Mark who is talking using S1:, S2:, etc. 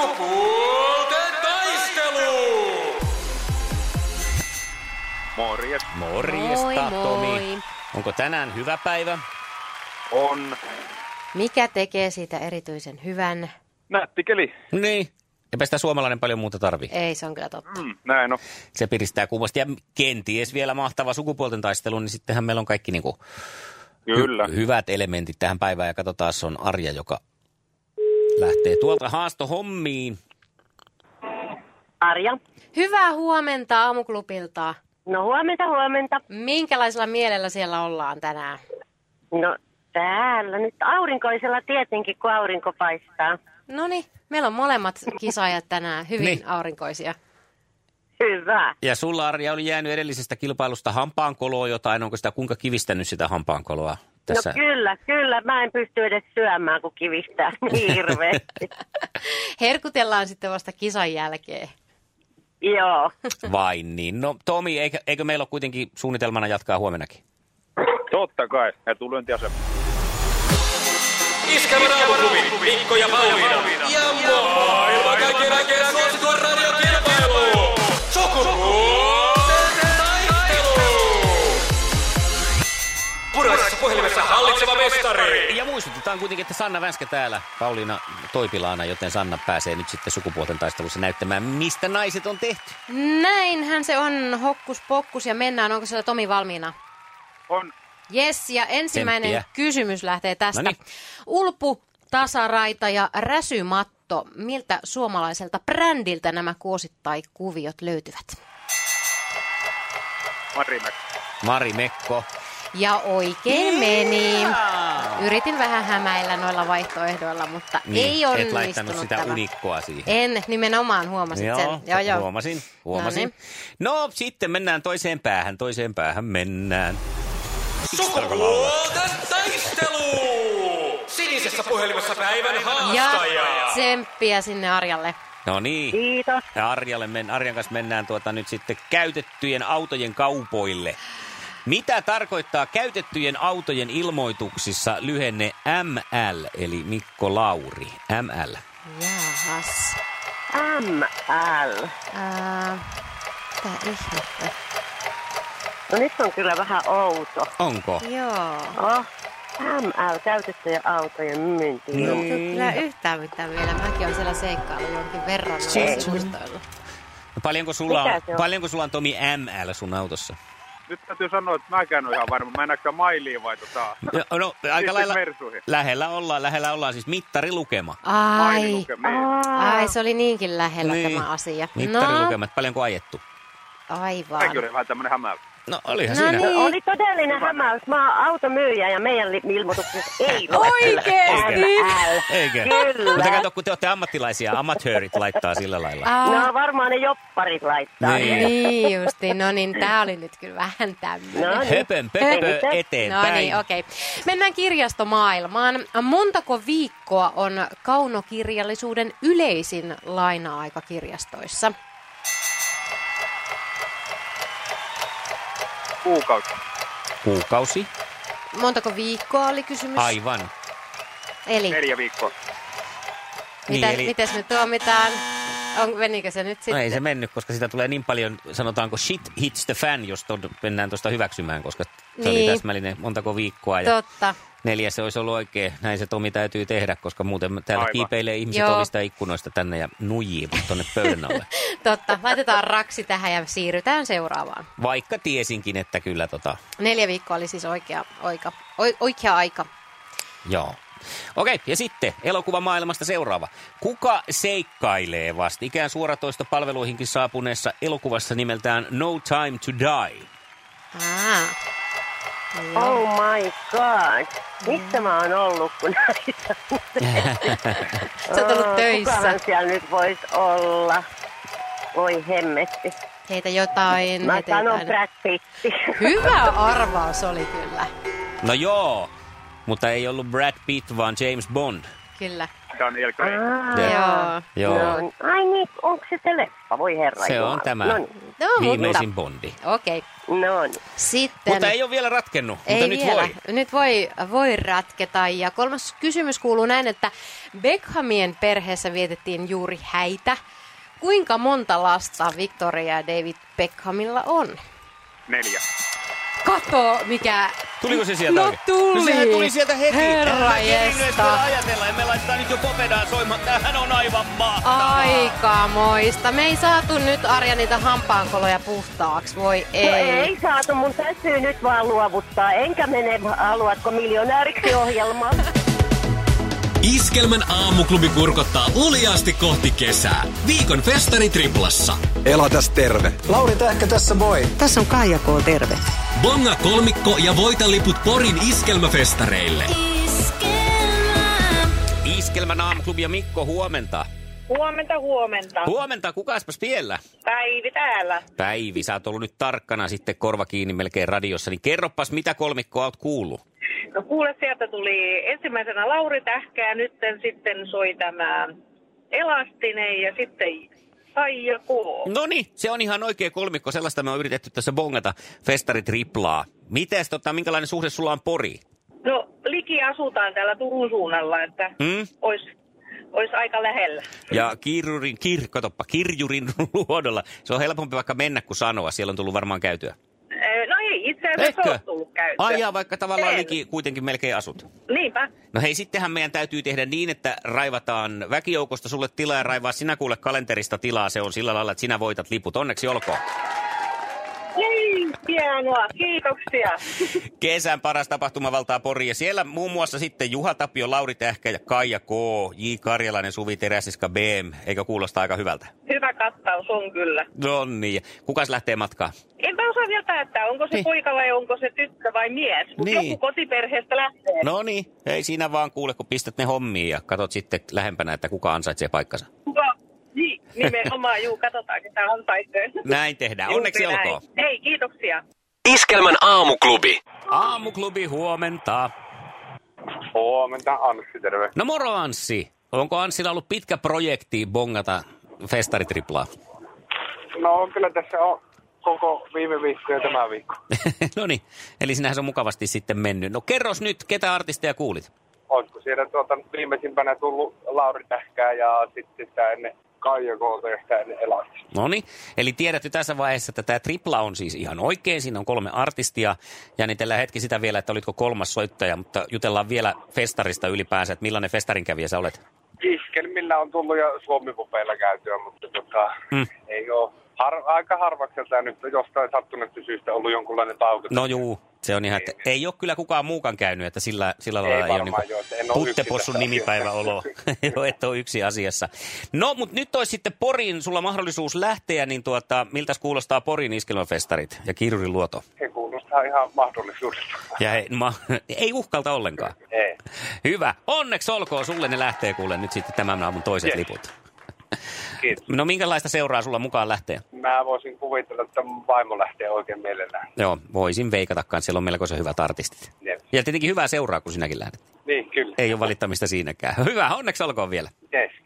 S1: Sukupuolten taistelu!
S2: Morjes.
S3: Morjesta,
S4: Moi,
S3: Tomi.
S4: moi.
S3: Onko tänään hyvä päivä?
S2: On
S4: Mikä tekee siitä erityisen hyvän?
S2: nätti keli.
S3: Niin. Eipä sitä suomalainen paljon muuta tarvi.
S4: Ei, se on kyllä totta.
S2: Mm, näin on.
S3: Se piristää kuumasti ja kenties vielä mahtava sukupuolten taistelu, niin sittenhän meillä on kaikki niin kuin
S2: Kyllä.
S3: Hy- hyvät elementit tähän päivään ja katsotaan, se on Arja, joka lähtee tuolta haastohommiin.
S5: Arja.
S4: Hyvää huomenta aamuklubilta.
S5: No huomenta, huomenta.
S4: Minkälaisella mielellä siellä ollaan tänään?
S5: No täällä nyt aurinkoisella tietenkin, kun aurinko paistaa.
S4: No niin, meillä on molemmat kisaajat tänään hyvin
S3: Niin.
S4: niin. aurinkoisia.
S5: Hyvä.
S3: Ja sulla Arja oli jäänyt edellisestä kilpailusta hampaankoloa jotain. Onko sitä kuinka kivistänyt sitä hampaankoloa tässä?
S5: No kyllä, kyllä. Mä en pysty edes syömään, kun kivistää niin hirveästi.
S4: Herkutellaan sitten vasta kisan jälkeen.
S5: Joo.
S3: Vain niin. No Tomi, eikö, eikö meillä ole kuitenkin suunnitelmana jatkaa huomenakin?
S2: Totta kai. Etulyöntiasema.
S1: Iskävän aamuklubi, Mikko ja Pauliina. Ja maailman kaikkien aikeen suosituen radiokilpailu. Sukupuolten taistelu! Puraisessa puhelimessa hallitseva mestari.
S3: Ja muistutetaan kuitenkin, että Sanna Vänskä täällä, Pauliina Toipilaana, joten Sanna pääsee nyt sitten sukupuolten taistelussa näyttämään, mistä naiset on tehty.
S4: Näinhän se on hokkus pokkus ja mennään. Onko siellä Tomi valmiina?
S2: On.
S4: Yes, ja ensimmäinen
S3: Tsemppiä.
S4: kysymys lähtee tästä.
S3: Noniin.
S4: Ulpu, tasaraita ja räsymatto. Miltä suomalaiselta brändiltä nämä kuosit tai kuviot löytyvät?
S2: Marimäki.
S3: Mari Mekko.
S4: Ja oikein meni. Yritin vähän hämäillä noilla vaihtoehdoilla, mutta ei
S3: Niin, et
S4: onnistunut
S3: laittanut sitä
S4: tämä.
S3: unikkoa siihen.
S4: En, nimenomaan huomasit sen. Joo, joo. niin.
S3: huomasin, huomasin. No, sitten mennään toiseen päähän, toiseen päähän mennään.
S1: Sukupuolten taistelu! Sinisessä puhelimessa päivän
S4: No niin. Ja
S1: haastaja.
S4: tsemppiä sinne Arjalle.
S3: No niin.
S5: Kiitos.
S3: Ja Arjalle men, Arjan kanssa mennään tuota nyt sitten käytettyjen autojen kaupoille. Mitä tarkoittaa käytettyjen autojen ilmoituksissa lyhenne ML, eli Mikko Lauri, ML?
S4: Jaahas.
S5: ML.
S4: Äh, mitä ihmettä?
S5: No nyt on kyllä vähän outo.
S3: Onko?
S4: Joo.
S5: Oh. ML, käytettyjen autojen myynti.
S4: Ei
S3: Mm.
S4: kyllä yhtään mitään vielä. Mäkin olen siellä seikkailu jonkin verran noilla sivustoilla.
S3: No Paljonko sulla,
S5: Mitä
S3: on,
S5: se on?
S3: paljonko sulla on Tomi ML sun autossa?
S2: Nyt täytyy sanoa, että mäkään on ihan varma. Mä en näkään mailiin vai tota...
S3: No, no aika lailla
S2: Mersuihin.
S3: lähellä ollaan, lähellä ollaan siis mittarilukema.
S4: Ai,
S2: maililukemiin.
S4: ai, se oli niinkin lähellä
S3: Niin.
S4: tämä asia. No,
S3: Mittarilukemat, paljonko ajettu?
S4: aivan.
S2: Mäkin oli vähän tämmönen hämäävä.
S3: No olihan
S4: No
S3: siinä.
S4: niin.
S5: Oli todellinen hämäys. Mä oon automyyjä ja meidän li- ilmoituksessa ei lue kyllä
S4: Oikeesti?
S5: ML.
S3: Eikö?
S5: Kyllä.
S3: Mutta kato, kun te olette ammattilaisia, amatöörit laittaa sillä lailla.
S4: Ah,
S5: No varmaan ne jopparit laittaa.
S3: Niin.
S4: Niin justi, no niin, tää oli nyt kyllä vähän tämmöinen.
S5: No niin.
S3: Höpön pöpö
S5: Höpö.
S4: No
S3: eteenpäin.
S4: niin, okei. Okay. Mennään kirjastomaailmaan. Montako viikkoa on kaunokirjallisuuden yleisin laina-aika kirjastoissa?
S2: Kuukausi.
S3: Kuukausi,
S4: Montako viikkoa oli kysymys?
S3: aivan. Niin,
S4: Eli,
S2: Neljä viikkoa.
S4: Mitä,
S3: Niin, eli-
S4: Mites me tuomitaan? On, menikö se nyt
S3: No
S4: sitten?
S3: ei se mennyt, koska sitä tulee niin paljon, sanotaanko shit hits the fan, jos tod, mennään tuosta hyväksymään, koska se oli
S4: Niin.
S3: täsmällinen montako viikkoa. Ja
S4: Totta.
S3: neljä se olisi ollut oikein. Näin se Tomi täytyy tehdä, koska muuten täällä
S2: Aivan.
S3: kiipeilee ihmiset
S4: Joo.
S3: ovista ja ikkunoista tänne ja nujivat tuonne pöydän alle.
S4: Totta. Laitetaan raksi tähän ja siirrytään seuraavaan.
S3: Vaikka tiesinkin, että kyllä tota,
S4: Neljä viikkoa oli siis oikea, oika, oi- oikea aika.
S3: Joo. Okei, ja sitten elokuvamaailmasta seuraava. Kuka seikkailee vastikään suoratoista palveluihinkin saapuneessa elokuvassa nimeltään No Time to Die?
S4: Aa. Joo.
S5: Oh my god. Missä mä oon ollut, kun näitä?
S4: Sä oot ollut
S5: Oh,
S4: töissä.
S5: Kukahan siellä nyt voisi olla? Voi hemmetti.
S4: Heitä jotain.
S5: Mä
S4: heitä
S5: sanon
S4: jotain.
S5: Brad Pitti.
S4: Hyvä arvaus oli kyllä.
S3: No joo, mutta ei ollut Brad Pitt, vaan James Bond.
S4: Kyllä.
S2: Daniel Craig.
S4: Joo.
S3: Joo,
S5: No, ai niin, onko se se leffa? Voi herra
S3: se on
S5: Jumala.
S3: tämä
S5: No niin.
S4: No,
S3: viimeisin Bondi.
S4: mutta- Okei. Okay.
S5: No niin.
S4: Sitten...
S3: Mutta ei ole vielä ratkennut,
S4: Ei
S3: mutta nyt
S4: vielä.
S3: voi.
S4: Nyt voi, voi ratketa. Ja kolmas kysymys kuuluu näin, että Beckhamien perheessä vietettiin juuri häitä. Kuinka monta lasta Victoria ja David Beckhamilla on?
S2: Neljä.
S4: Kato, mikä...
S3: Tuliko se sieltä?
S4: No
S3: oikein?
S4: tuli.
S3: No sehän tuli sieltä heti.
S4: Herra
S3: Eihän mä kerinnyt edes
S4: jesta.
S3: vielä ajatella, ja me laitetaan nyt jo popedaa soimaan. Tämähän on aivan mahtavaa.
S4: Aikamoista. Me ei saatu nyt Arja niitä hampaankoloja puhtaaksi. Voi
S5: Ei.
S4: ei.
S5: No ei saatu, mun täytyy nyt vaan luovuttaa. Enkä mene, haluatko miljonääriksi ohjelmaan.
S6: Iskelmän aamuklubi kurkottaa uljaasti kohti kesää. Viikon festari triplassa.
S7: Elatas terve. Lauri Tähkä tässä moi.
S8: Tässä on Kaija K. Terve.
S6: Bonga kolmikko ja voita liput Porin iskelmäfestareille.
S3: Iskelmän aamuklubi ja Mikko, huomenta.
S9: Huomenta, huomenta.
S3: Huomenta, kukaspas vielä?
S9: Päivi täällä.
S3: Päivi, sä oot ollut nyt tarkkana sitten korva kiinni melkein radiossa, niin kerropas mitä kolmikkoa oot kuullut.
S9: No kuule, sieltä tuli ensimmäisenä Lauri Tähkää, nyt sitten soi tämä Elastinen ja sitten Saija K.
S3: No niin, se on ihan oikea kolmikko, sellaista me on yritetty tässä bongata festari triplaa. Mites, tota, minkälainen suhde sulla on Pori?
S9: No, liki asutaan täällä Turun suunnalla, että
S3: Hmm?
S9: ois, ois aika lähellä.
S3: Ja kirjurin, kir, katoppa, kirjurin luodolla. Se on helpompi vaikka mennä kuin sanoa, siellä on tullut varmaan käytyä.
S9: Öö, No ei itse asiassa ole tullut käyttöön.
S3: Ai jaa, vaikka tavallaan
S9: En.
S3: liki kuitenkin melkein asut.
S9: Niinpä.
S3: No hei, sittenhän meidän täytyy tehdä niin, että raivataan väkijoukosta sulle tilaa ja raivaa sinä kuule kalenterista tilaa. Se on sillä lailla, että sinä voitat liput. Onneksi olkoon.
S9: Jei, hienoa. Kiitoksia.
S3: Kesän paras tapahtumavaltaa Pori ja siellä muun muassa sitten Juha Tapio, Lauri Tähkä ja Kaija K, J. Karjalainen, Suvi Teräsiska, BM. Eikö kuulosta aika hyvältä?
S9: Hyvä kattaus on kyllä.
S3: No niin. Kukas lähtee matkaan?
S9: Enpä osaa vielä päättää, onko se
S3: Niin.
S9: niin. poika vai onko se tyttö vai mies. Mutta
S3: Niin.
S9: joku kotiperheestä lähtee.
S3: No niin, ei siinä vaan kuule, kun pistät ne hommiin ja katot sitten lähempänä, että kuka ansaitsee paikkansa.
S9: Kuka? Niin, nimenomaan, juu, katsotaan, ketä ansaitsee.
S3: Näin tehdään. Onneksi
S9: Juuri näin.
S3: olkoon.
S9: Hei, kiitoksia.
S6: Iskelmän aamuklubi.
S3: Aamuklubi huomenta.
S2: Huomenta, Anssi, terve.
S3: No moro Anssi. Onko Anssilla ollut pitkä projekti bongata festaritriplaa?
S2: No kyllä tässä on koko viime viikko ja tämä viikko.
S3: no niin, eli sinähän se on mukavasti sitten mennyt. No kerros nyt, ketä artisteja kuulit?
S2: Olisiko siellä tuota, viimeisimpänä tullut Lauri Tähkää ja sitten sitä ennen Kaija Koota ja sitä ennen Elastista.
S3: No niin, eli tiedät jo tässä vaiheessa, että tämä tripla on siis ihan oikein. Siinä on kolme artistia. Jännitellään hetki sitä vielä, että olitko kolmas soittaja, mutta jutellaan vielä festarista ylipäänsä, että millainen festarin kävijä sä olet.
S2: Iskelmillä on tullut ja suomipupeilla käytyä, mutta tota,
S3: Mm.
S2: ei ole har- aika harvakselta nyt jostain sattuneesta syystä ollut jonkunlainen tauko.
S3: No juu, se on ihan, että ei ole kyllä kukaan muukaan käynyt, että sillä, sillä
S2: Ei
S3: lailla ei ole
S2: varmaan joo, että en
S3: niin
S2: ole
S3: puttepossun
S2: yksin tässä
S3: nimipäivä
S2: asiassa.
S3: olo. joo, et ole yksi asiassa. No, mutta nyt olisi sitten Porin, sulla mahdollisuus lähteä, niin tuota, miltäs kuulostaa Porin iskelmäfestarit ja kirjurin luoto?
S2: Se kuulostaa ihan mahdollisuudesta.
S3: Ja ei, ma, ei uhkalta ollenkaan.
S2: Ei.
S3: Hyvä. Onneksi olkoon sulle ne lähtee kuule nyt sitten tämän aamun toiset
S2: Yes.
S3: liput.
S2: Kiitos.
S3: No minkälaista seuraa sulla mukaan lähtee?
S2: Mä voisin kuvitella, että mun vaimo lähtee oikein mielellään.
S3: Joo, voisin veikatakaan, siellä on melkoisen hyvät artistit.
S2: Yes.
S3: Ja tietenkin hyvää seuraa, kun sinäkin lähdet.
S2: Niin, kyllä.
S3: Ei ole valittamista siinäkään. Hyvä, onneksi olkoon vielä.
S2: Yes.